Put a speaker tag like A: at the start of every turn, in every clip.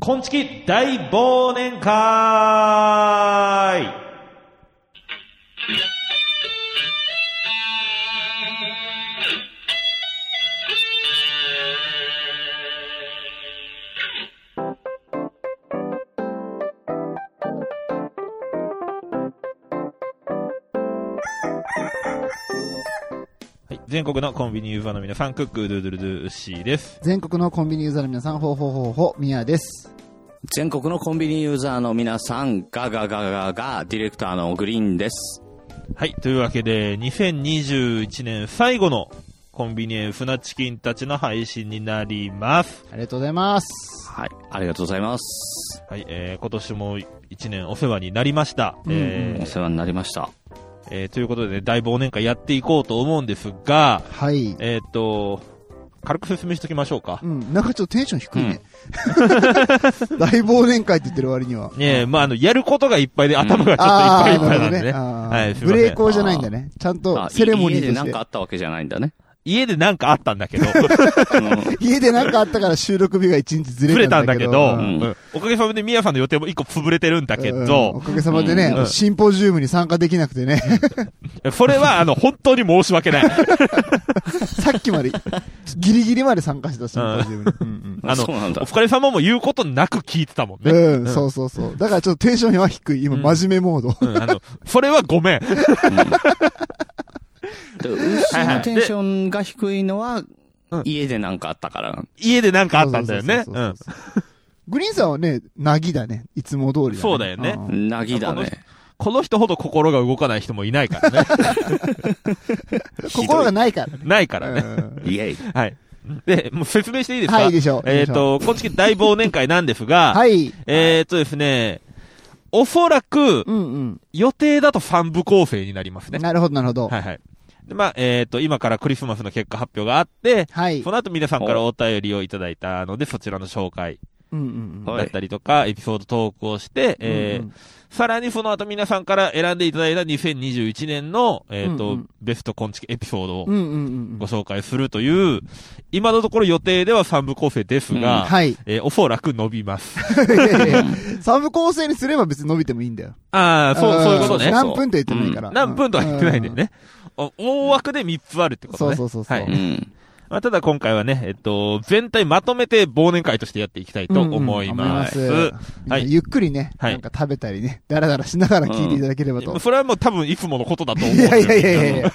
A: こんちき大忘年会はい、全国のコンビニユーザーの皆さん、クックドゥドゥルドゥウッシーです。
B: 全国のコンビニユーザーの皆さん、ほうほうほうほう、みやです。
C: 全国のコンビニユーザーの皆さん、ガガガガガ、ディレクターのグリーンです。
A: はい、というわけで、2021年最後のコンビニエンスなチキンたちの配信になります。
B: ありがとうございます。
C: はい、ありがとうございます。
A: はい、えー、今年も1年お世話になりました。え
C: お
A: ー
C: 世話になりました。
A: えーということで、大忘年会やっていこうと思うんですが、
B: はい。
A: えーっと、軽く説明しときましょうか
B: う。ん、なんかちょっとテンション低い ね。大忘年会って言ってる割に は。
A: ねえ、まあ、あの、やることがいっぱいで頭がちょっ
B: あ
A: といっぱいい
B: ー
A: っぱいなんでね。
B: なるほどねあー
A: はい、すいま
B: ブレ
A: せ
B: ー
A: ん。
B: コーじゃないんだね。ちゃんと
C: あ
B: セレモニー
C: 家で
B: と
C: なん
B: し
C: かあ
B: て。
C: ったわけじゃないんだね。
A: 家でなんかあったんだけど、
B: 家でなんかあったから収録日が一日ず
A: ず
B: れ
A: れ
B: た
A: た
B: ん
A: ん
B: だ
A: だ
B: け
A: け
B: ど。
A: ど、
B: うん
C: ん
A: うんおかげさまでみやさんの予定も一個潰れてるんだけ
B: うんお
A: ど、
B: かげさまでね
A: う、ん
B: シンポジウムに参加できなく てね、
A: それは、あの、本当に申し訳ない。
B: さっきまで、ギリギリまで参加してた、シンポジウ ムにうん
A: あの
C: そうなんだ
A: お。疲れ様も言うことなく聞いてたもん
B: う
A: ね。
B: ん。うん、そうそうそう。だからちょっとテンションは低い。今、真面目モード。
A: うん、あの、それはごめん。
C: で、ウッシーのテンションが低いのは
A: うん、
C: 家でなんかあったから。
A: 家でなんかあったんだよね。。
B: そううんそうそうそう。グリーンさんはね、なぎだね。いつも通りだね。
A: そうだよね
B: ん
C: なぎだね。
A: この人ほど心が動かない人もいないからね。
B: 心がないからね。
A: ないからね。
B: うん
C: イェイ。
A: はい。で、もう説明していいですか
B: はいいいでしょう
A: えっ、と、こっち大忘年会なんですが、
B: はい。
A: えっ、とですね、おそらく、
B: うん
A: 予定だと3部構成になります
B: う
A: ね
B: ん。。なるほど、なるほど。
A: はいはい。で、まあ、えっ、と、今からクリスマスの結果発表があって、
B: はい。
A: その後皆さんからお便りをいただいたので、そちらの紹介
B: うんうんうん。
C: は
A: だ
C: い
A: ったりとか、エピソードトークをして、え
B: う
A: ー
B: んうん
A: さらにその後皆さんから選んでいただいた2021年の、えっ、と、
B: うんうん
A: ベストコンチエピソードを
B: うんうんうんう
A: ご
B: ん。
A: 紹介するという、今のところ予定では3部構成ですが、
B: はい。
A: えーおそらく伸びます。
B: サブ構成にすれば別に伸びてもいいんだよ。
A: ああ、そう、
B: ん
A: そういうことね。
B: 何分って言ってないから。
A: 何分とは言ってないんだよね。お大枠で3つあるってことね。
B: そうそうそうそう
A: は
C: う
A: い。
C: ん。
A: まあ、ただ今回はね、えっと、全体まとめて忘年会としてやっていきたい
B: うん。
A: と
B: うんうん
A: 思います。
B: 思いみんな
A: はい
B: ゆっくりね、
A: はい
B: なんか食べたりね、だらだらしながら聞いていただければ
A: で
B: と
A: も。それはもう多分いつものことだと思うん
B: い
A: です
B: や
A: よ。
B: いやいやいやいや。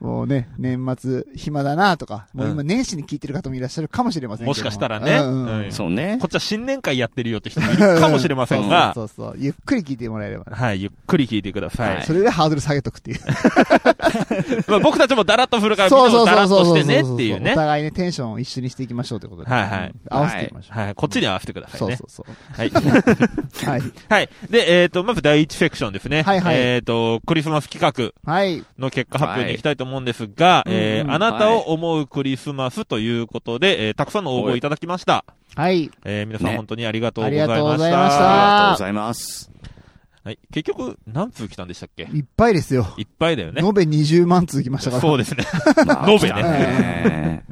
B: もうね、年末暇だなとか、もう
A: う
B: 今
A: ん
B: 年始に聞いてる方もいらっしゃるかもしれませんけど
A: もしかしたらね
B: うんうん
A: うん
C: そうね
A: こ。っちは新年会やってるよって人もいるかもしれませんが、
B: そうそうそう。ゆっくり聞いてもらえればね。
A: はい、ゆっくり聞いてください。
C: はい
B: それでハードル下げとくっていう。
A: まあ、僕たちもだらっとするから、みん
B: そ
A: な
B: うそ
A: も
B: う
A: だ
B: そ
A: ら
B: う
A: っ
B: そ
A: と
B: う。
A: してねっていう
B: お
A: ね。
B: 互いね、テンションを一緒にしていきましょうということで。
A: はいはい
B: 合わせていきましょう。
A: はい、こっちに合わせてください、ね。
B: そうそうそう。
A: はい。
B: はい。
A: はい。で、えっ、と、まず第一セクションですね。
B: はいはい
A: えっ、と、クリスマス企画
B: はい。
A: の結果発表に行きたいと思うんですが、
B: い
A: えー
B: うんうん
A: あなたを思うクリスマスということで、えーたくさんの応募をいただきました。
B: はい。
A: えー皆さん
C: ね
A: 本当にありがとうござい
B: あ
A: ま
B: りが
A: し
B: とう
A: た。
B: ございまし
C: あり
B: た
C: がとうございます。
A: はい。結局、何通来たんでしたっけ
B: いっぱいですよ。
A: いっぱいだよね。
B: 延べ20万続きましたから。
A: そう ですね。
C: まあ
A: 延べね。
C: ね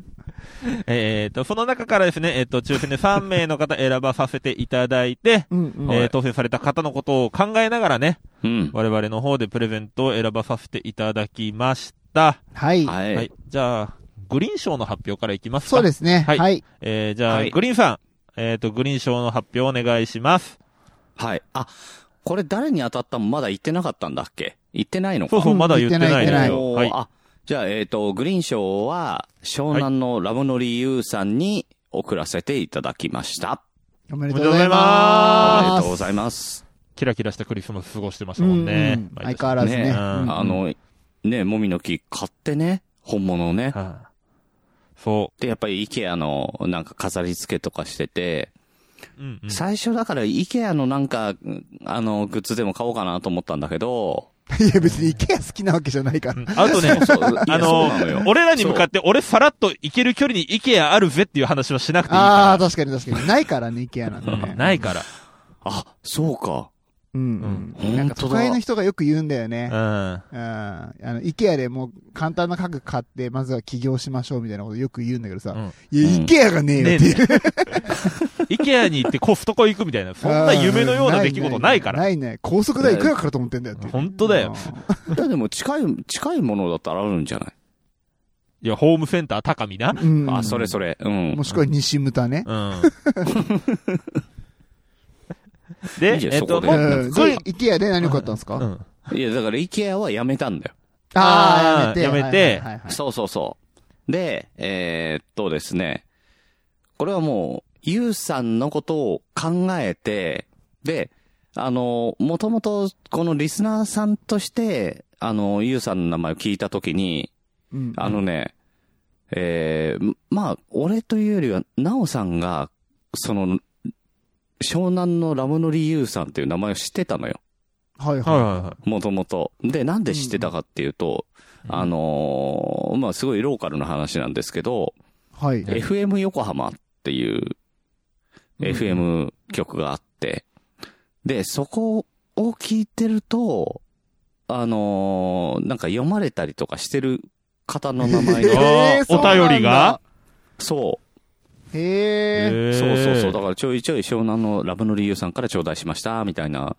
A: えっと、その中からですね、えっ、と、抽選で3名の方選ばさせていただいて、
B: うんうん。
A: えー当選された方のことを考えながらね、
C: うん。
A: 我々の方でプレゼントを選ばさせていただきました。
B: はい。
C: はい。
A: はい。じゃあ、グリーン賞の発表からいきますか。
B: そうですね。
A: はい
B: はい。
A: えーじゃあ、
C: はい
A: グリーンさん、えっ、と、グリーン賞の発表お願いします。
C: はい。あ、これ誰に当たったもまだ言ってなかったんだっけ言ってないのか
A: そうそう、まだ言ってないですよ。
C: おー
A: はい。
C: あ、じゃあ、えっ、と、グリーン賞は、湘南のラブノリユーさんに送らせていただきました。
B: おめでとうございます。
C: ありがとうございます。
A: キラキラしたクリスマス過ごしてましたもんね。
B: うんうん
A: 毎
B: 相
A: 年
B: 変わらずね。
C: ね
B: うん
C: あ、の、ね、もみの木買ってね、本物をね。
A: はいそ
C: で、やっぱりイケアの、なんか飾り付けとかしてて、
A: う。うん、うん。
C: 最初だからイケアのなんか、あの、グッズでも買おうかなと思ったんだけど、
B: いや別にイケア好きなわけじゃな いから。
A: あとね、
C: そういや
A: あ
C: そ
A: の
C: うなのよ、
A: 俺らに向かって、俺さらっと行ける距離に IKEA あるぜっていう話はしなくていい
B: ああ、
A: か
B: 確かに確かに。ないからね、イケアなんて
A: ら。
B: ね。
A: うんないから。
C: あ、そうか。
B: うん
C: う
B: うんん。なんか都会の人がよく言うんだよね。
A: うん。
B: うん。あの、イケアでもう簡単な家具買って、まずは起業しましょうみたいなことよく言ううんだけどさ。
A: うん
B: いや、
C: うん
B: イケアがねえよっていう。
A: イケアに行ってコストコ行くみたいな、そんな夢のような出来事ないから。
B: ないね。高速代いくらかかると思ってんだよっていう。
A: 本当だよ。
C: いやでも近い、近いものだったらあるんじゃない、
A: いや、ホームセンター高見な。
B: うん。
C: あ、それそれ。うん
B: も。しくは西牟田ね。
A: うん。
C: い
A: で
C: い、じゃん
A: えっ、
C: そことで
A: もう、
B: うん。それ、イケアで何良かったんです
A: う
B: か
A: ん。
C: いや、だから IKEA はやめたんだよ。
A: あー
B: ー
A: やめて
B: はいはいはいはい
C: そうそうそう。で、えーっとですね。これはもう、ゆうさんのことを考えて、で、あの、もともと、このリスナーさんとして、あの、ゆうさんの名前を聞いたときに、
B: うん
C: あのね、えーまあ、俺というよりは、なおさんが、その、湘南のラムノリユウさんっていう名前を知ってたのよ。
B: はい
A: はい
B: は
A: はいは
C: もともと。で、なんで知ってたかっていうと、
A: うん
C: あのーまあ、すごいローカルの話なんですけど、
B: い。はい。
C: FM 横浜っていう、
A: うん
C: FM 曲があって、で、そこを聞いてると、あのーなんか読まれたりとかしてる方の名前
A: い。
C: が、
A: あ
B: えー
A: ーお便りが
C: そう、
B: へえ。
A: へー
C: そうそうそう。だからちょいちょい湘南のラブの理由さんから頂戴しました、みたいな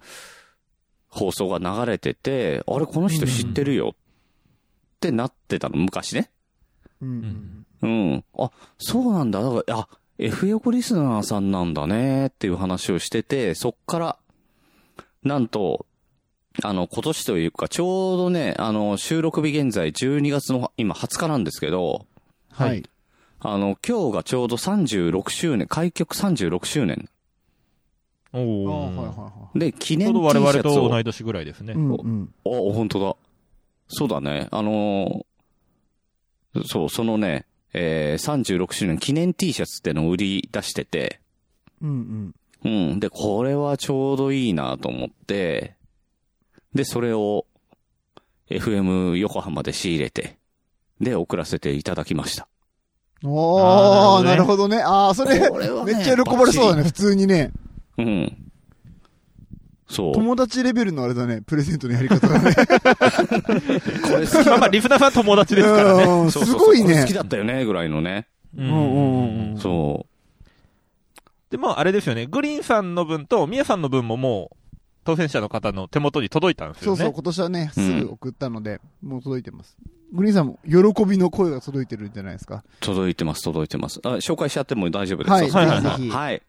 C: 放送が流れてて、あれこの人知ってるよってなってたの、昔ね。
B: うん。
C: うん。あ、そうなんだ。だから、あ、F 横リスナーさんなんだねっていう話をしてて、そっから、なんと、あの、今年というか、ちょうどね、あの、収録日現在12月の今20日なんですけど、
B: はい。
C: あの、今日がちょうど36周年、開局36周年
A: お
B: あー
A: お
B: はいはい
A: ー。
B: は
C: で、
A: ちょ
C: 記念
A: う
C: T
A: ど
C: シ
A: 我々
C: ャツ
A: と
C: を。
A: 同
C: あ、
A: い年ぐらいですね
B: い。う。んうん。
C: 本当だ。そうだね。あのーそう、そのね、えー、36周年記念 T シャツってのを売り出してて、
B: うんうん。
C: うん。で、これはちょうどいいなと思って、で、それを FM 横浜で仕入れて、で、送らせていただきました。
B: お
A: あー
B: ー、
A: な
B: な
A: る
B: るほどね。あー、それ、
C: これは
B: め
C: ね
B: っちゃ喜ばれそうだね、普通にね。
C: うん。そう。こ
B: 友達レベルのあれだね、プレゼントのやり方だね。
C: れ好き
A: まあまあ、リフナーさん友達ですからね。
B: うん
C: そうそう
B: す
C: そう
B: ごい
C: これ
B: ね
C: 好き。だったよね、ぐらいのね。
A: う
B: うんうんうんうん。
C: そ
A: でも、あれですよね。グリーンさんの分と、ミヤさんの分ももう、当選者の方の手元に届いたんです
B: そ
A: よ
B: う
A: ね。
B: そう、今年はね、
C: うん
B: すぐ送ったので、もう届いてます。グリーンさんも喜びの声が届いてるんじゃないですか
C: う。。届いてます、届いてます。あ、紹介しちゃっても大丈夫ですか
B: はい、
A: そ
B: ぜ
A: うそう
B: ひぜひ。
C: はい。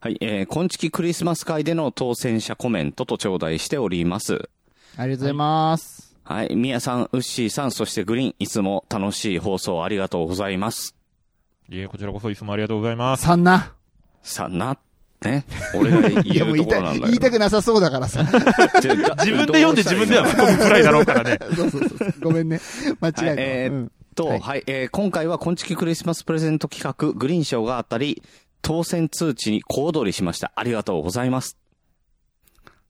C: はい、えー、今月クリスマス会での当選者コメントと頂戴しております。
B: ありがとうございます。
C: はい、みやさん、ウッシーさん、そしてグリーン、いつも楽しい放送ありがとうございます。
A: いえ、こちらこそいつもありがとうございます。
B: さんな。
C: さあ、な、ね。俺が
B: いや、
C: 言
B: もう言
C: うと
B: い
C: こ
B: た
C: ろなん
B: い、
C: だけど。
B: 言いたくなさそうだからさ。
C: 自分
A: 自分で読んで自分では吹っ込むくらいだろうからね。
B: そうそうそう。ごめんね。間違えたわ。
C: はいえー
B: うん
C: と、
B: は
C: はい、
B: い
C: えー今回は、今月クリスマスプレゼント企画、グリーン賞が当たり、当選通知に小躍りしました。ありがとうございます。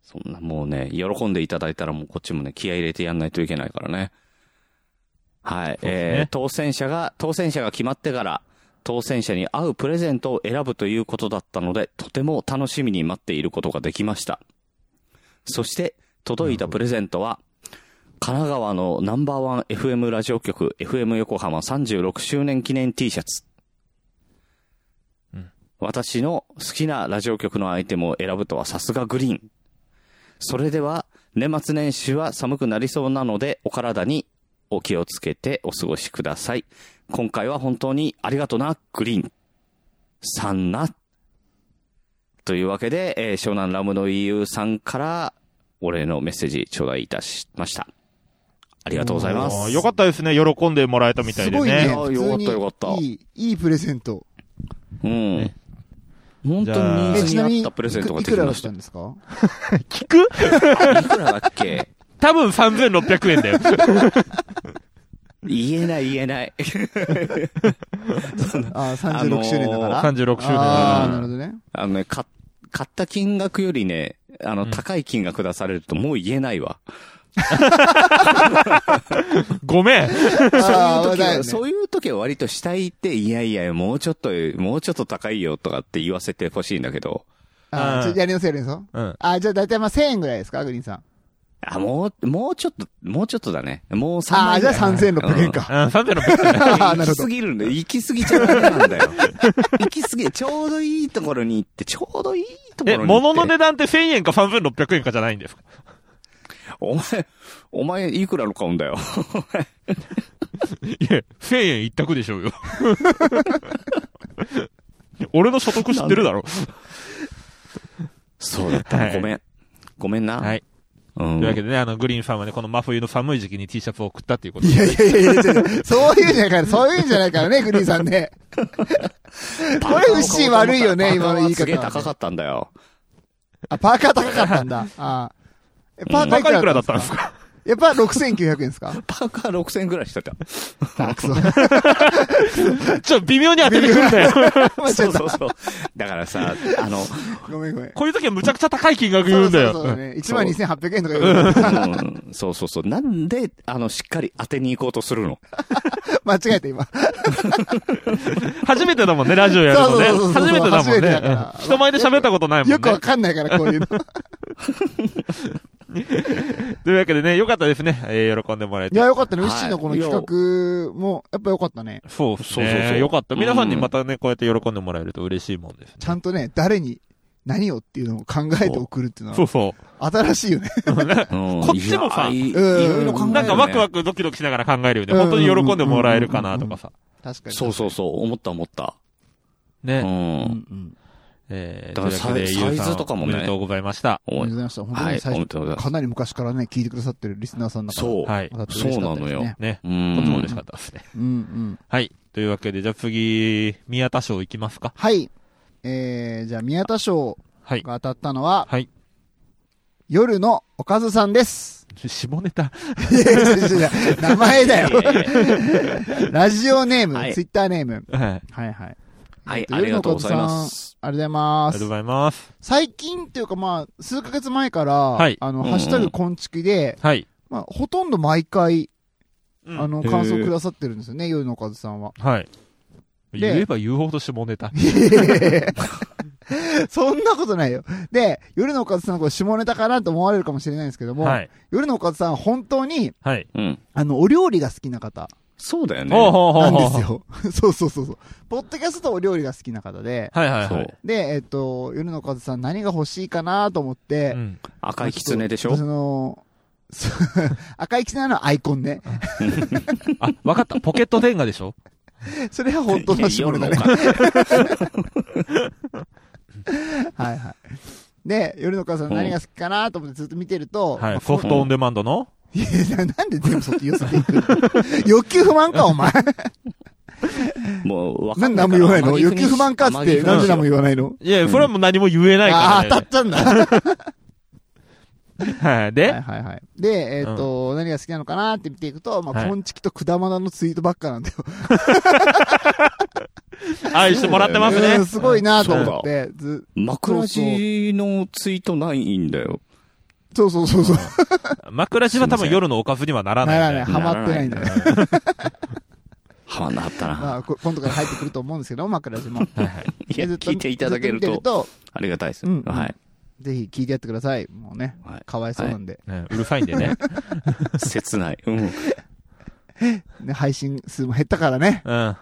C: そんなもうね、喜んでいただいたらもうこっちもね、気合い入れてやんないといけないからね。はい、
A: そうですね
C: えー当選者が、当選者が決まってから、当選者に合うプレゼントを選ぶということだったので、とても楽しみに待っていることができました。そして、届いたプレゼントは、神奈川のナンバーワン FM ラジオ局 FM 横浜36周年記念 T シャツ。
A: うん
C: 私の好きなラジオ局のアイテムを選ぶとはさすがグリーン。それでは、年末年始は寒くなりそうなので、お体にお気をつけてお過ごしください。今回は本当にありがとな、グリーン。さんな。というわけで、えー湘南ラムの EU さんから、お礼のメッセージ頂戴いたしました。ありがとうございま
A: あ
C: す。
A: ーよかったですね。喜んでもらえたみた
B: す
A: いで
B: ごいね。
A: ね。
C: あよかったよかった
B: 普通にいい、いいプレゼント。
C: うん。本
A: じ
C: 当
A: ゃあ
C: にニ
B: え、
C: ーズ
B: ち
C: に
B: なみ
C: 合
B: に、
C: っ
B: い
C: たプ
B: く
C: レゼントが
B: い
C: で
B: く
C: き
B: ら
C: ま
B: 出
C: し
B: したた。んですか
A: 聞く
C: いくらだっけ
A: 多分3600円だよ。
C: 言えない言えない。
B: あー、36周年だから。
A: あのー36周年
B: あーなるほどね。
C: あのね、か、買った金額よりね、あの、高い金額出されるともう言えないわ。
A: ごめん。
C: そういう
B: あー
C: 時
B: だよ
C: は、
B: ね
C: そういう時は割と下行って、いやいや、もうちょっと、もうちょっと高いよとかって言わせてほしいんだけど。
B: あーちょやりますやります。
A: うん。
B: あー、じゃあ大体まあ1000円ぐらいですか、グリーンさん。
C: あ、もう、もうちょっと、もうちょっとだね。もう3
B: ああ、じ
C: 枚ぐ
B: ゃあ
C: らい。
B: 3600円
A: うん、
B: か。
A: 3600円。
B: ああ、なるほ
C: 行き
B: ど
C: 過。ぎるんだよ。行き過ぎちゃダメなんだよ。行き過ぎ、ちょうどいいところに行って、ちょうどいいところに行って。
A: え、 物の値段って1000円か3600円かじゃないんですか
C: お前、お前いくらの買うんだよ。
A: いや、1000円一択でしょうよ。 俺の所得知ってるだろ。
C: そうだった
A: は
C: な。
A: い
C: ごめん。ごめんな。
A: はい。
C: うん。
A: というわけでね、あの、グリーンさんはね、この真冬の寒い時期に T シャツを送ったっていうこと
B: い
A: で。
B: やいやいやいや、ちょっとそういうんじゃないから、そういうんじゃないからね、グリーンさん ね。 これ、フッシー悪いよね、今の言い
C: す
B: 方
C: げえ高かったんだよ。
B: あ、パーカー高かったんだ。あーえパーカー
A: 高い
B: い
A: く
B: く
A: らだ
B: らだ
A: っ
B: ったた
A: んで
B: んです
A: か
B: すかやっぱ6900円です か
C: パーカー6000円ぐら いしてた。
B: あ、 くそ。
A: ちょ、微妙に当ててくんだよ。
B: 間違
C: そ
B: え
C: う
B: た
C: そうそう。だからさ、あの、
B: ごめんごめん。
A: こういう時はむちゃくちゃ高い金額言うんだよ。
B: そうそうそうね。12800円とか言う。
C: うんそうそうそう。なんで、あの、しっかり当てに行こうとするの
B: 間違えた、今。
A: 初めてだもんね、ラジオやるのね
B: そうそうそう。そう
A: 初めてだもん
B: 初めてだか
A: ね
B: ら。
A: うん人前で喋ったことないもんね。
B: よくわかんないから、こういう の。
A: というわけでね、よかったですね。えー喜んでもらえ
B: い
A: て
B: や、。よかったね。ウ
C: は
B: ッ
C: い
B: シーのこの企画も、やっぱよかったね。
A: そうです
C: そうそうそ
A: ね。
C: う
A: よかった。皆さんに
C: うん
A: またね、こうやって喜んでもらえると嬉しいもんですね。
B: ちゃんとね、誰に、何をっていうのを考えて送るっていうの
A: そうそ
B: は、
A: う。
B: 新しいよね。
C: こ
A: こっちもさ
C: いやい
B: うん
C: いろいろ考えるね
A: なんかワクワクドキドキしながら考えるよね。
B: うん
A: 本当に喜んでもらえるかなとかさ。
B: 確かに。
C: そうそうそう、思った思った。う
A: ね。
B: うん
C: ん。
B: うん。
A: えー、
C: だから
A: というわけで
C: サイ
A: ゆうさん
C: サイズとかもね
A: おめでとうございました。
B: ありが
C: お
B: とう
C: い
B: ございました。本当
C: は
B: に
C: い、
B: 最初、
C: おめでとうございます。
B: かなり昔からね、聞いてくださってるリスナーさんの中で
C: そう。
A: はい。
B: 当たって嬉しかったですね
C: そうなのよ
A: ね。
C: うん
A: とても嬉しかったですね。
B: うんうん。
A: はい。というわけで、じゃあ次、宮田賞いきますか。
B: はい。えー、じゃあ、宮田賞
A: はい。
B: が当たったのは、
A: はい。
B: 夜のおかずさんです。
A: 下ネタ。
B: いやいやいやいや名前だよ。ラジオネーム、
C: はい
B: ツイッターネーム。
A: はい。あり
B: はいはい。
C: はい、あ
B: 夜
C: り
B: の
C: が
B: お
C: と
B: かず
C: うござ
B: さ
C: い
B: ん
C: ます。
B: ありがとうございま
A: がとうご
B: す。
A: ざいます。
B: 最近っていうかまあ、数ヶ月前から、
A: い
B: あの、
C: うんうん
B: ハッシュタグこんちきで、
A: はい。
B: まあ、ほとんど毎回、
A: うん
B: あの、
C: へー
B: 感想くださってるんですよね、夜のおかずさんは。
A: はい。
B: で
A: 言えば言うほど下ネタ。
B: そんなことないよ。で、夜のおかずさんのこれ下ネタかなと思われるかもしれないんですけども、
A: はい。
B: 夜のおかずさんは本当に、
A: はい。
C: うん。
B: あの、お料理が好きな方
C: そうだ
A: ほ
C: よ
A: う
C: ね。
A: ほうほう
B: なん
A: ほう
B: ですよ。そうそうそうそう。ポッドキャストはお料理が好きな方で、
A: はいはい
C: そ
A: は
C: う
A: い。。
B: で、えっと、夜のおかずさん何が欲しいかなと思って、
A: うん
C: 赤い狐でし ょ
B: その、そう 赤いキツネのアイコンね。
A: あ、わかった。ポケット電話でしょ
B: それは本当の下ネ
C: 夜の
B: タ
C: お
B: ね。
C: かず。
B: はいはい。で、夜のお母さん何が好きかなと思ってずっと見てると、
A: は
B: まあ
A: い。ソフトオンデマンドの
B: いや、ななんで全部そっち寄せていくの 欲求不満か、お前。
C: もう、わか
B: なん
C: ん
B: で
C: な
B: 何
C: いか
B: も
C: ら。
B: 言わないの
C: 甘木
B: 欲
C: 国
B: 求不満かっつっ
C: 甘木
B: て、
C: 国
B: なんで何も言わないの
A: いや、それはもう何も言えない
B: ああー、
A: か
B: 当たっちゃうん
A: ら
B: だ。
A: ね。はい。
B: はい
A: で、
B: はいはい。で、えっ、と、何が好きなのかなって見ていくと、ま
A: は
B: あ、
A: い
B: こんちきとくだまなのツイートばっかなんだよ。
A: 愛してもらってますね
B: うん。すごいなと思って、ず、
C: 枕地のツイートないんだよ。
B: そうそうそうそう。
A: 枕地は多分夜のおかずにはなら
B: な
A: な
B: ら
A: い
B: ない、
A: ね。
B: ハマってないんだよ。
C: はなった
B: ま
C: な。
B: あ、こ今度から入ってくると思うんですけど、枕島。
C: いや、
B: ずっと
C: 聞いていただける
B: ずっ見
C: と
B: て、と
C: ありがたいです。
B: うん
C: はい。
B: ぜひ聞いてやってください。もうね
C: はい、
B: かわいそうなんで。
A: ねうるさいんで ね。
C: 切ない。うん。
B: ね、配信数も減ったからね。
A: うん。
B: うん。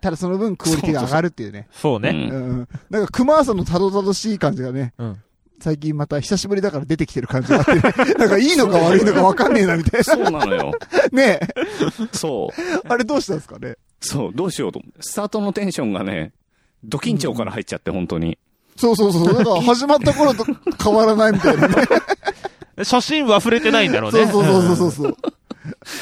B: ただその分クオリティが上がるっていうね。
A: そう
C: う
A: ね。
B: うん
C: ん
B: うん。なんか、熊さんのたどたどしい感じがね、
A: うん。
B: 最近また久しぶりだから出てきてる感じがあって、ね、なんかいいのか悪いのかわかんねえなみたい
C: そうなのよ。
B: な。ねえ
C: そう。
B: あれどうしたんですかね。
C: そう、どうしようと思って。スタートのテンションがね、ド緊張から入っちゃって、本当に。
B: そうそうそう。なんか始まった頃と変わらないみたいなね。
A: 初心忘れてないんだろう
B: そ
A: ね。
B: うそうそうそうそう。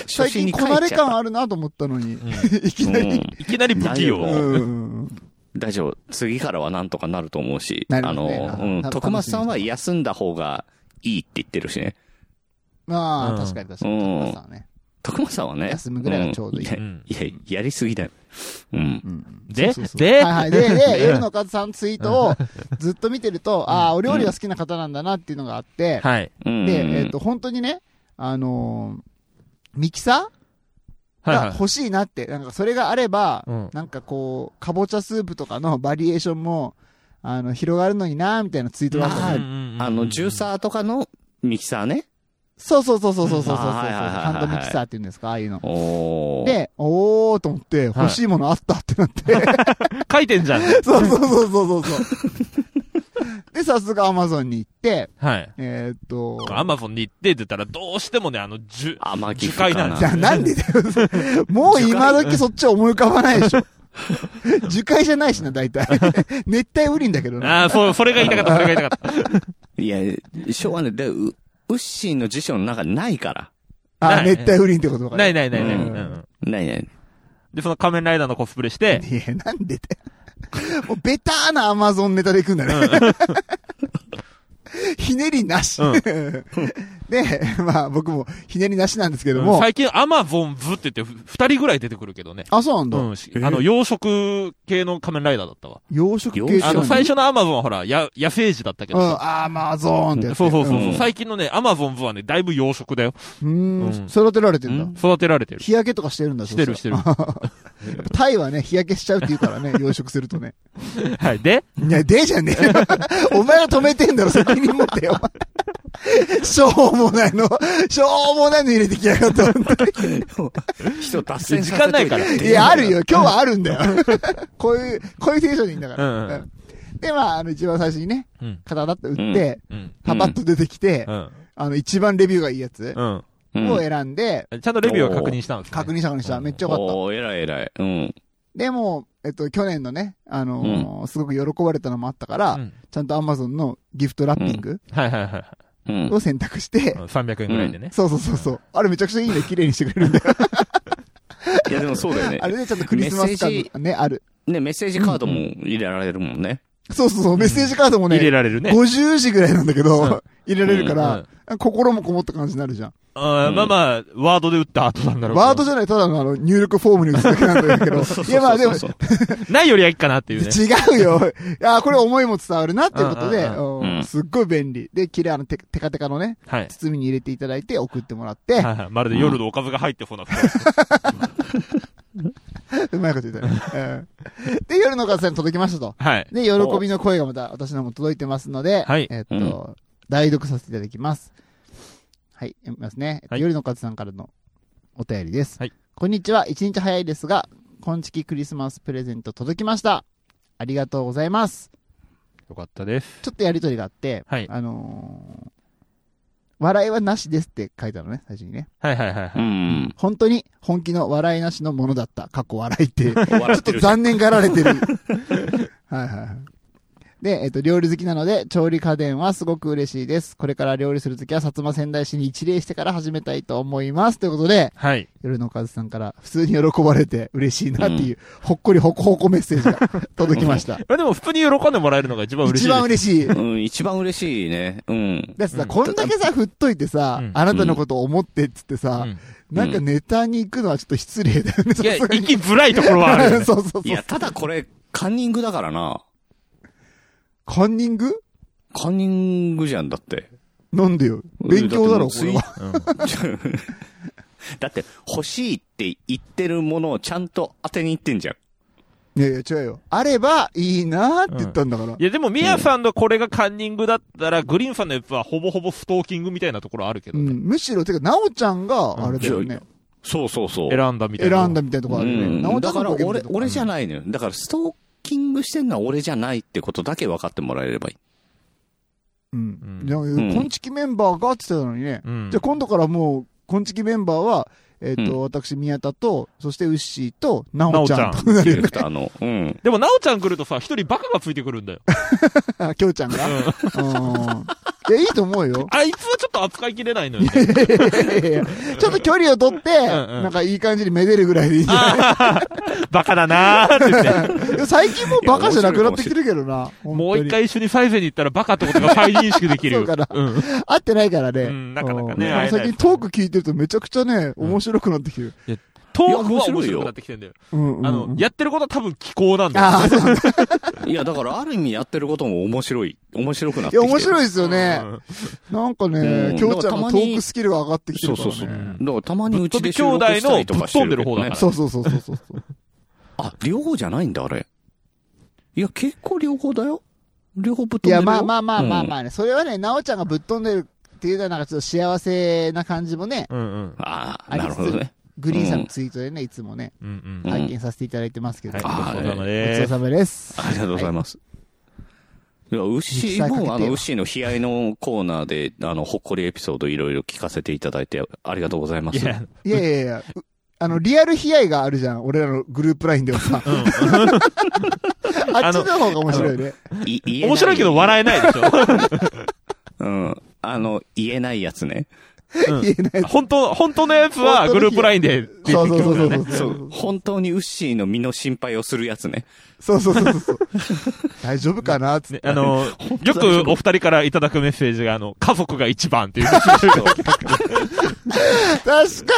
B: 最近こなれ
C: ゃ
B: 感
C: っ
B: あるなと思ったのに、
A: ん
B: いきな
C: た。う
B: り。
C: ん
A: いきなり不器
B: う
A: 用
B: ん。
C: 大
B: うん
C: 丈夫
B: うん。
C: 大丈夫。次からはなんとかなると思うし。
B: なり
C: あ
B: ますね
C: の、
B: あ
C: うん。
B: た
C: 徳松さんは休んだ方がいいって言ってるしね。
B: まあ、
A: うん
B: 確かに確かに。
C: うん
B: 高橋さんはね。
C: 徳松さんはね。
B: 休むぐらいがちょうどいい
C: んや
A: うん
C: いや、やりすぎだよ。うん。
B: うん
A: で
B: そうそうそう
A: で
B: はいはいで、 で、夜のおかずさんのツイートをずっと見てると、ああ、お料理が好きな方なんだなっていうのがあって、
A: はい。
C: うん。
B: で、えっ、と、本当にね、あのーミキサー
A: はいは
B: が
A: い。
B: 欲しいなって、なんかそれがあれば、
A: うん
B: なんかこう、かぼちゃスープとかのバリエーションも、あの、広がるのになみたいなツイートがあったの
C: あ
B: よ
C: ーあの、ジューサーとかのミキサーね。
B: そうそうそうそうそうそうそうそう。
C: うんあーはいはいはいはい
B: ハンドミキサーって言うんですかああいうの。
C: おー。
B: で、おーと思って、欲しいものあったってなって。
A: 書いてんじゃん。
B: そうそうそうそうそうそう。 で、さすがアマゾンに行って、
A: はい。
B: えーっと、
A: アマゾンに行ってって言ったら、どうしてもね、あの、じゅ、
C: 甘木
A: 樹
C: か
A: 海な
C: な
A: んです
B: じゃあなんでだよ。 もう今時そっちは思い浮かばないでしょ。樹海じゃないしな、大 体。熱帯雨林だけどな。
A: ああ、そう、それが言いたかった、それが言いたかっ
C: いや、昭和ね、で、うウッシーの辞書の中にないから。
B: あ
A: な、い
B: 熱帯雨林ってこと
A: た。
B: か。
A: ない
B: い。
A: ないないない。
C: う
A: うんん
C: ないない。
A: で、その仮面ライダーのコスプレして、
B: いや、なんでだよ。もうベターなアマゾンネタで行くんだね。 ひねりなし。
A: うん
B: で、まあ僕もひねりなしなんですけど
A: うん
B: も。
A: 最近アマゾンズって言って、ふ二人ぐらい出てくるけどね。
B: あ、そうなんだ。
A: うん、しあの、養殖系の仮面ライダーだったわ。
B: 養殖系
C: 養
A: あ
C: 殖
A: の、
B: じゃん
A: 最初のアマゾンはほら、や、野生児だったけ
B: う
A: どさ。
B: ん、アマゾンってやつ
A: そうそうそう
C: う
A: そ
C: ん
A: う。最近のね、アマゾンズはね、だいぶ養殖だよ。
B: うー
A: うん
B: ん、育てられてんだ
C: うん。
A: 育てられてる。
B: 日焼けとかしてるんだ
A: してる
B: そ
A: し
B: した
A: て
B: ら
A: る。
B: タイはね、日焼けしちゃうって言うからね、養殖するとね。
A: はい。で、
B: いや、でじゃねえよ。 お前が止めてんだろ、責任持ってよ。しょうもないの、しょうもないの入れてきやがった。
C: 人脱線
A: 時間ないから
C: させとて
B: いや、あるよ。。今日はあるんだよ。 こういう、こういうテンションでいいんだから。
A: うんうん
B: で、まあ、あの、一番最初にね、
A: うん。
B: カタカタって打って、
A: うん。
B: パパッと出てきて、
A: うん。
B: あの、一番レビューがいいやつ
A: うん。
C: うん
B: を選んで、
A: ちゃんとレビューを確認したんですね
B: 確認した確認した。めっちゃよかった。
C: おー、偉い偉い。うん。
B: でも、えっと、去年のね、あのーすごく喜ばれたのもあったから、
A: うん
B: ちゃんと Amazon のギフトラッピング
A: はいはいはいはい。
C: うん。
B: を選択して、
A: うん300円ぐらいでね。
B: そうそうそうそう。あれめちゃくちゃいいね。綺麗にしてくれるんだよ。
C: いや、でもそうだよね
B: あ。れね、ちゃんとクリスマス
C: メッ
B: 感
C: セ
B: がね、ある。
C: ね、メッセージカードも入れられるもんね。
B: そうそうそう。メッセージカードもね、
A: 入れられるね。
B: 50時ぐらいなんだけど、
A: うん
B: 入れられるか
A: う
B: ら
A: ん、
B: 心もこもった感じになるじゃん。
A: あーまあまあ、ワードで打った後なんだろうけど
B: ワードじゃない、ただのあの入力フォームに打つだけなんだけど
C: そうそうそう。
B: いやまあでも、
C: そう
A: ないよりはいいかなっていうね。
B: 違うよ。いや、これ思いも伝わるなっていうことで、
A: うんう
C: うん
B: うんすっごい便利。で、綺麗なテテカテカのね、
A: はい。
B: 包みに入れていただいて送ってもらって、
A: はいはいまるで夜のおかずが入ってそうな服。
B: うまいこと言ったね。うんで、夜の方さんに届きましたと。
A: はい。
B: で、喜びの声がまた私のも届いてますので、
A: はい
B: えっ
C: う
B: と、代読させていただきます。はい、読みますね。
A: はい
B: 夜の風さんからのお便りです。
A: はい
B: こんにちは。一日早いですが、今月クリスマスプレゼント届きました。ありがとうございます。
A: よかったです。
B: ちょっとやりとりがあって、
A: はい
B: あのー笑いはなしですって書いたのね、最初にね。
A: はいはいはいは
C: う
A: い。
C: ん。
B: 本当に本気の笑いなしのものだった。過去笑いって。
C: 笑っ
B: ちょ
C: て
B: っと
C: る。
B: 残念がられてる。はいはいはい。で、えっ、と、料理好きなので、調理家電はすごく嬉しいです。これから料理するときは、薩摩仙台市に一礼してから始めたいと思います。ということで、
A: はい。
B: 夜のおかずさんから、普通に喜ばれて嬉しいなっていう、ほっこりほこほこメッセージが届きました。
A: まあでも、普通に喜んでもらえるのが一番嬉しい
B: 一
A: で
B: 番
A: す。
B: 嬉しい。
C: うん、一番嬉しいね。うん。
B: だってさ、
A: うん
B: こんだけさ、振っといてさ、
A: うん
B: あなたのことを思ってっつってさ、
A: うん
B: なんかネタに行くのはちょっと失礼だよね、さ
A: いや、
B: すが
A: 生
B: に。
A: きづらいところはあるよね。
B: そうそうそう
C: い。や、ただこれ、カンニングだからな。
B: カンニング
C: カンニングじゃんだって。
B: なんでよ。勉強だろ、
C: うん
B: こ
C: って
B: れ
C: もう
B: は。
C: ツイ だって、欲しいって言ってるものをちゃんと当てに行ってんじゃん。
B: いやいや、違うよ。あれば、いいなーって言ったんだから。
A: いや、でも、ミヤさんのこれがカンニングだったら、グリーンさんのやつはほぼほぼストーキングみたいなところあるけど
B: うん、
A: ね。
B: むしろ、てか、なおちゃんが、あれだよね。
C: そうそうそう。
A: 選んだみたいな。
B: 選んだみたいなとこあるよね。な
C: う
B: お
C: ん、
B: ちゃ
C: だ
B: んの
C: から
B: ポケモン
C: 俺
B: と、
C: 俺じゃないのよ。だからストーキングしてんのは俺じゃないってことだけ分かってもらえればいい。
B: うん
A: う。ん
B: じゃあ、
C: ん
B: こんちきメンバーがって言ってたのにね。
A: うん。
B: じゃあ、今度からもう、こんちきメンバーは、えっ
C: う
B: と、私、宮田と、そして、ウッシーと、な
A: な
B: お
A: おち
B: ち
A: ゃ
B: ゃ
A: ん
B: んと なるよ
C: ディ
B: ね
C: レクターの。うん。
A: でも、なおちゃん来るとさ、一人バカがついてくるんだよ。
B: あきょうちゃんが。うん。いや、いいと思うよ。
A: あいつはちょっと扱いきれ ないのよね。
B: いやいやちょっと距離を取って、
A: んうん
B: なんかいい感じにめでるぐらいでいいんじゃ
A: バカだなーって言って。
B: ない最近もうバカじゃなくなってきてるけどな。
A: もう
B: 本当
A: 一
B: に
A: 回一緒にサイゼに行ったらバカってことが再認識できる。
B: そうかな
A: うん。
B: 会ってないからね。
A: うんなかなかね
B: うん
A: 会えない
B: 最近トーク聞いてるとめちゃくちゃね、面白くなってきてる。
A: ト
C: いや
A: ーク
C: 面
A: は
C: 白
A: 面
C: いよ
A: 白くなってきてんだよ。
B: うん、うん。
A: あの、やってることは多分気候なんだよ。
B: ああ、そうなんだ。
C: いや、だからある意味やってることも面白い。面白くなっ
B: い
C: て
B: や、
C: きてる。
B: 面白い
C: い。
B: ですよね。なんか
C: う
B: ね
C: ん、
B: きょうちゃん
C: だから
B: の
C: たま
B: ト
C: に
B: ークスキルが上がってきてるからね。
C: そうそうだからたまにうちで収
A: ぶっ
C: 録
A: 飛び兄
C: し
A: 弟の
C: たりとかしてるけど、ね。
A: ぶっ飛んでる方だから
B: そうそうそうそうそうそう。
C: あ、両方じゃないんだ、あれ。いや、結構両方だよ。両方ぶっ飛
B: い
C: んでるよ。
B: や、まあまあまあ
C: うん
B: まあまあね。それはね、なおちゃんがぶっ飛んでるってっていうのはなんかちょっと幸せな感じもね、
A: うんうん。
C: ああ、
B: あり
C: な
B: つつ
C: るほどね。
B: グリーンさんのツイートでね、いつもね、
A: うんうん。
C: うん
A: はい。
B: 拝見させていただいてますけど、
A: ごち
B: ご
C: あー
A: そうさまで
B: ちそう
A: す。
B: さまです。
C: ありがとうございます。いや、牛
B: 肉体確定
C: も、あの、牛の悲哀のコーナーで、あの、ほっこりエピソードいろいろ聞かせていただいて、ありがとうございま
A: い
C: す。
A: や、
B: いやいやいや、うあの、リアル悲哀があるじゃん、俺らのグループラインではさ。 あっちの方が面白いね。
C: い言えな
A: 面白いけど笑えないでしょ。
C: うん。あの、言えないやつね。
A: うん
B: 言えない。
A: 本当、本当のやつはグループラインでって
B: そうそう
A: 言ってく
B: そ
A: る
B: う
A: からね
B: そう。そう。
C: 本当にウッシーの身の心配をするやつね。
B: そうそうそうそう。大丈夫かなつって
A: ねあの、よくお二人からいただくメッセージが、あの、家族が一番っていう。
B: 確か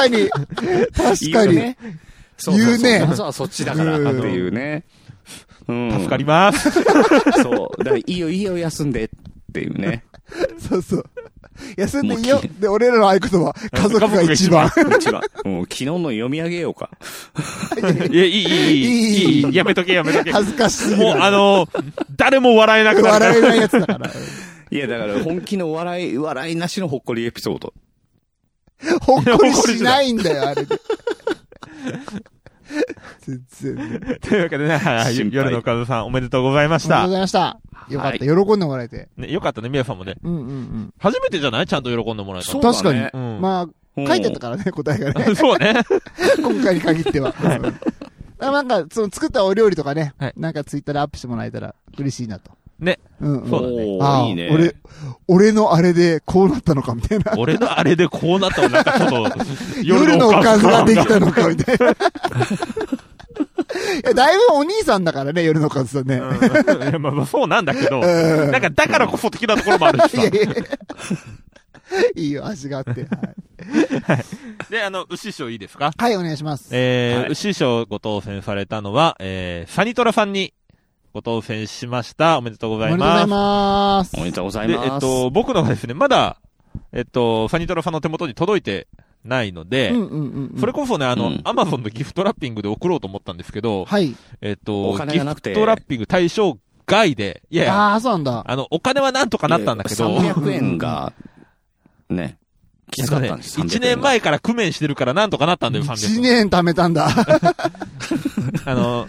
B: に確か
C: 言う
B: に
C: ね。そうそうそう
B: 言うね
C: まずはそっちだからっていうね。うん。
A: 助かります。
C: そう。だから、いいよ、いいよ、休んでっていう ね。
B: そうそう。休んでいいよ。で、俺らの合言葉、家族が一番。
C: 一番。もう昨日の読み上げようか。
A: いや、いい、いい、いい、いい、やめとけ、やめとけ。もう、
B: 恥ずかしすぎる。
A: あの、誰も笑えなくなるから
B: 笑えないやつだから。
C: いや、だから本気の笑い、笑いなしのほっこりエピソード。
B: ほっこりしないんだよ、あれ で。全然ね。あ り
A: というわけでね、はい
C: 心配
A: 夜のおかずさんおめでとうございまし
B: がとう
A: た
B: ご。ざいました。よかった。喜んでもらえて。
A: ね、よかったね、皆さんもね。
B: うんうん
A: 初めてじゃないちゃんと喜んでもらえた
C: そ
A: の
C: うだね
B: 確
A: う。
B: うんん。ま
C: う
B: あ、
C: ん
B: 書いてあったからね、 答えが ね。
A: そうね。
B: 今回に限っ ては。なんか、その作ったお料理とかね
A: はい、
B: なんかツイッターでアップしてもらえたら嬉しいなと。
A: ね。
B: うんうん。
A: そうだね
C: おー
B: ああ
C: いいね。
B: 俺、俺のあれでこうなったのかみたいな。
A: 俺のあれでこうなったのなんかちょっ と、
B: 夜のおかずができた
A: の。
B: のかみたいな。い や、だいぶお兄さんだからね、夜のおかずさんね。
A: うんいやまあまあそうなんだけど、なんかだからこそ的なところもあるし
B: い
A: さ
B: やい。やいや。いいよ、味があって。はい、
A: で、あの、牛師匠いいですか
B: はい、お願いします。
A: えー
C: はい
A: 牛師匠ご当選されたのは、えーサニトラさんにご当選しました。おめでとうご
B: お
A: ざ
B: めで
A: い
B: とうござ
A: ま
B: い
A: す。
B: ます
C: お。めでとうござい
A: で、
C: ます。
A: えっと、僕のがですね、まだ、えっと、サニトラさんの手元に届いてないので、
B: うんうんうんうん。
A: それこそね、あ
C: う
A: の
C: ん、
A: アマゾンのギフトラッピングで送ろうと思ったんですけど、
B: はい。
A: えっと、
C: お金がなくて
A: ギフトラッピング対象外で、いやいや、
B: ああ、そうなんだ。
A: あの、お金はなんとかなったんだけど、
C: 300円が、ね、きつかったんです。
A: 1
C: 300円
A: 年
C: が。
A: 前から工面してるからなんとかなったんだよ、
B: 1
A: 300。
B: 年貯めたんだ。
A: あの、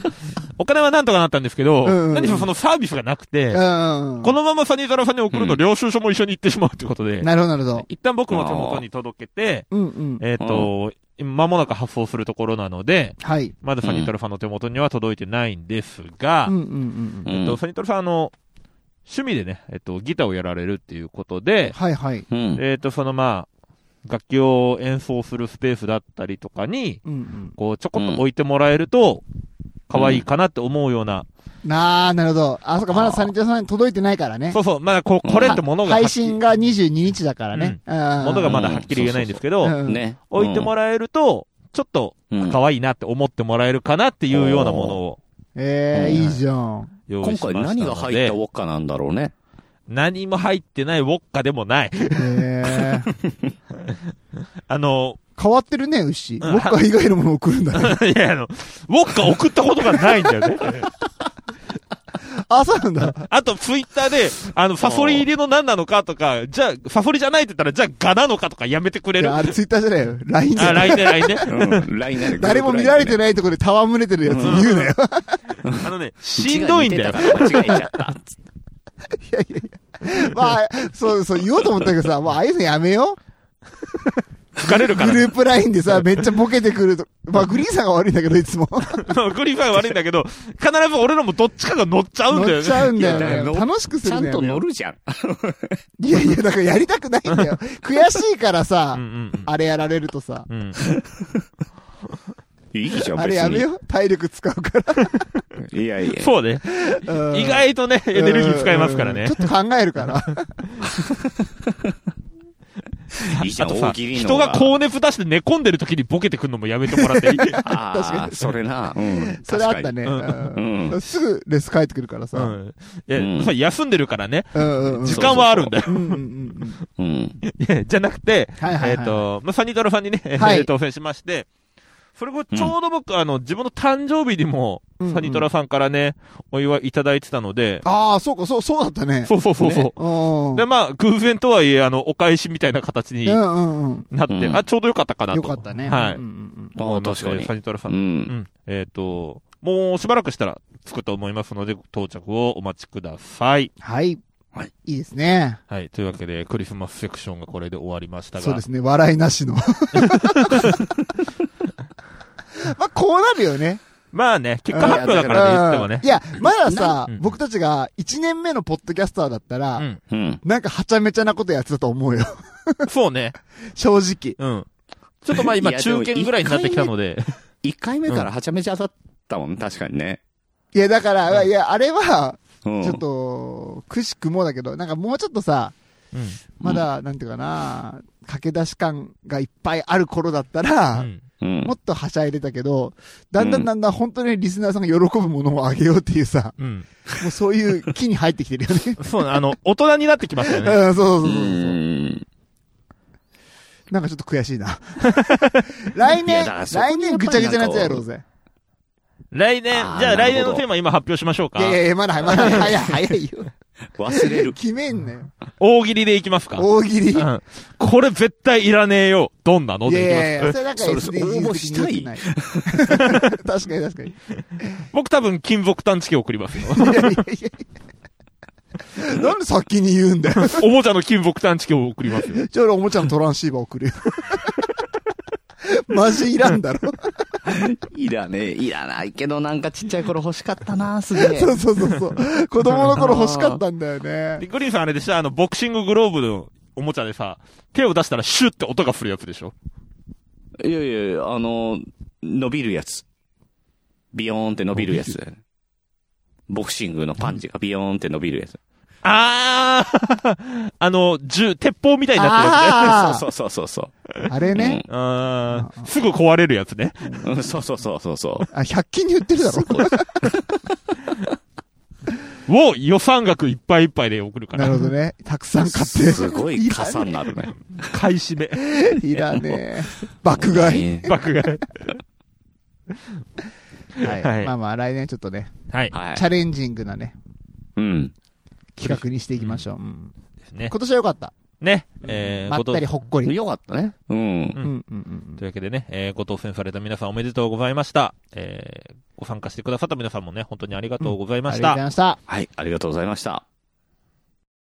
A: お金はなんとかなったんですけど、
B: うんうん
A: 何しろそのサービスがなく
B: う
A: て、
B: んうん。
A: このままサニーザラさんに送ると、領収書も一緒に行ってしまうということで、
B: なるほど、なるほど。
A: 一旦僕の手元に届けて、
B: うんうん。
A: えっ、と、間もなく発送するところなので、
B: はい。
A: まだサニータルさんの手元には届いてないんですが、
B: うんうんうんうん。
A: えっ
C: う
A: と、
C: ん
A: サニータルさん、あの、趣味でね、えっと、ギターをやられるっていうことで、
B: はいはい。
C: うん。
A: えっと、そのまあ、楽器を演奏するスペースだったりとかに、
B: うんうん。
A: こう、ちょこっと置いてもらえると、可愛いかなって思うような、
B: なあ、なるほど。あ、そうか、まだサニタさんに届いてないからね。
A: そうそう、まだこう、これってものが、
B: 配信が22日だからね。うん。
A: ものがまだはっきり言えないんですけど、
B: うん
C: ね。
A: 置いてもらえると、ちょっと、
C: うん
A: 可愛いなって思ってもらえるかなっていうようなものを
B: ええ、いいじゃん。
A: 用意しま
C: 今回
A: したので。
C: 何が入ったウォッカなんだろうね。
A: 何も入ってないウォッカでもない。
B: え え。
A: あの、
B: 変わってるね、牛。
A: うん
B: 僕は以外のものを送るん だね。
A: いや、あの、ウォッカ送ったことがないんだよね。
B: あ、そうなんだ。
A: あと、ツイッターで、あの、ファソリ入りの何なのかとか、じゃあ、ファソリじゃないって言ったら、じゃあ、ガなのかとかやめてくれ
B: い
A: る
B: やあれツイッターじゃないよ。LINE じ
A: あ、
B: ゃない。
A: LINE ね、LINE ね。
C: うん。来年
B: 誰も見られてないところで戯れてるやつ言うなよ。
A: あのね、しんどいんだよ。
C: 間違えちゃった。
B: まあ、そうそう、言おうと思ったけどさ、もうああいうのやめよう。
A: 疲れるから
B: グル
A: ね。
B: ープ LINE でさ、めっちゃボケてくると。まあ、グリーンさんが悪いんだけど、いつも。
A: グリーンファイン悪いんだけど、必ず俺らもどっちかが乗っちゃうんだよ
B: 乗
A: ね。
B: っちゃうんだ
C: いやだ
B: よね。
C: から乗っ
B: 楽し くす
C: ち
B: る
C: ゃ
B: ん
C: ん
B: だよ
C: と
B: ね
C: 乗るじゃん。
B: いやいや、だからやりたくないん だよ。悔しいからさ
A: うん、うん
B: あれやられるとさ。
A: うん。うん。
C: いいじゃん、別に。
B: あれやめよう。体力使うから。
C: いやいや。
A: そうね。
B: うん
A: 意外とね、エネルギー使いますからね
B: うん。ちょっと考えるから。
C: いいじゃ
A: あ
C: ん、
A: とさ、
C: 大喜利の。
A: 人が高熱出して寝込んでる時にボケてくんのもやめてもらっていい
B: 確
C: あ
B: か
C: あ、それな。 うん。
B: それあった
C: ね。
B: ね。
A: う
B: うん
C: う
B: すぐレス帰ってくるから
A: う
B: さ。
A: ん。
C: うん
A: え、そう休んでるからね。
B: うんうんうん。
A: 時間はあるんだよ。
B: うんうん うん
C: うん。
A: いやじゃなくて、
B: はいはいはい
A: えっと、まあ、サニートラさんにね、え
B: はい
A: ー当選しまして、それこれちょうど僕、あの、自分の誕生日にも、
B: うん
A: サニトラさんからね、お祝いいただいてたので、
B: ああ、そうか、そう、そうだったね。
A: そうそうそうそう。
B: うん。
A: で、まあ、偶然とはいえ、あの、お返しみたいな形に
B: うんうんうん。
A: なって、
C: うん
A: あ、ちょうどよかったかなと。
B: よかったね。
A: はい
B: うんうん
C: ああ
A: 思いますね
C: 確かに
A: サニトラさ。
C: うん。
A: うんん。えっ、と、もうしばらくしたら作ったと思いますので、到着をお待ちください。
B: うんはい。
C: はい
B: いいですね。
A: はい。というわけで、クリスマスセクションがこれで終わりましたが。
B: そうですね。笑いな しの。まあ、こうなるよね。
A: まあね、結果発表だからね、言ってもね
B: うん。いや、まださ
A: うん、
B: 僕たちが1年目のポッドキャスターだった
A: う
B: ら、
A: ん。
C: うん。
B: なんかはちゃめちゃなことやってたと思うよ。
A: そうね。
B: 正直。
A: うん。ちょっとまあ今
C: いやで
A: 中
C: も
A: 堅ぐらいになってきたので、
C: 一回目からはちゃめちゃ当たったもん、確かにね。
B: いや、だから、
A: うん
B: いや、あれは、
C: うん。
B: ちょっと、くしくもだけど、なんかもうちょっとさ、
A: うん。
B: まだ、なんていうかな、駆け出し感がいっぱいある頃だった
A: う
B: ら、
A: ん
C: うん
B: もっとはしゃいでたけど、だんだ
C: うんん
B: だんだん本当にリスナーさんが喜ぶものをあげようっていう さ、
A: うん。
B: もうそういう木に入ってきてるよね。
A: そうね、あの、大人になってきましたよね。
B: うん、そうそうそ
C: う
B: うそう。
C: ん。
B: なんかちょっと悔しいな。 来
C: いや
B: 年、
C: だからそこに
B: 来年ぐちゃぐちゃなやつやろうぜ。
A: 来年、
C: あー
A: じゃあ来年の
C: なるほど
A: テーマ今発表しましょうか
B: い。やいやいや、まだ、まだ、早い、早いよ。
C: 忘れる。
B: 決めんなよ。
A: 大喜利でいきますか。
B: 大喜利。い
A: うん。これ絶対いらねえよ。どんなの
B: やい
A: でい
B: やい
A: きます。
B: や、それなんか
C: それそれ
B: SDGs
C: 応募したい
B: 的に良くない確かに確かに。
A: 僕多分金属探知機送りますよ。
B: いやいやいやなんで先に言うん だよ。
A: おもちゃの金属探知機を送りますよ。
B: じゃあ俺おもちゃのトランシーバー送るよ。 マジいらんだろ。
C: いらねえ、いらないけど、なんかちっちゃい頃欲しかったな、すげ え
B: そ。うそうそうそう。子供の頃欲しかったんだよ
A: で、
B: ね。
A: グリーンさんあれでしょあの、ボクシンググローブのおもちゃでさ、手を出したらシュッって音がするやつでしょ
C: いやいやいや、あの、伸びるやつ。ビヨーンって伸びるやつ。ボクシングのパンチがビヨーンって伸びるやつ。
A: あー あの、銃、鉄砲みたいになってるやつね。
B: あ
C: そうそうそうそう。
B: あ、あれね。
A: あーすぐ壊れるやつね。
C: うん、そうそうそうそうそ
B: あ、100均に売ってるだろ。
A: を予算額いっぱいいっぱいで送るか
B: なる
A: ら。
B: ほどね。たくさん
C: う。
B: 買って。
C: すごい加算になるね。
A: 買い占め。
B: いらねえ。爆買い。
C: ね
A: 爆買い。
B: はい。
A: はい
B: まあまあ、来年ちょっとね、
A: はい。
C: はい
B: チ。ャレンジングなね、
C: うん。
B: 企画にしていきましょう。うん
A: ですね
B: 今。年は良かった。
A: ね。えー、
B: まっ
A: ご
B: た
A: 当
B: りほっこり。
C: よかったね。うん。
B: うんうんうん
A: というわけでね、えーご当選された皆さんおめでとうございました。えーご参加してくださった皆さんもね、本当にありがとうござい
B: うん。
A: ま
B: あ
A: し
B: りがとう
A: た
B: ござい。ました。
C: はい、ありがとうございました。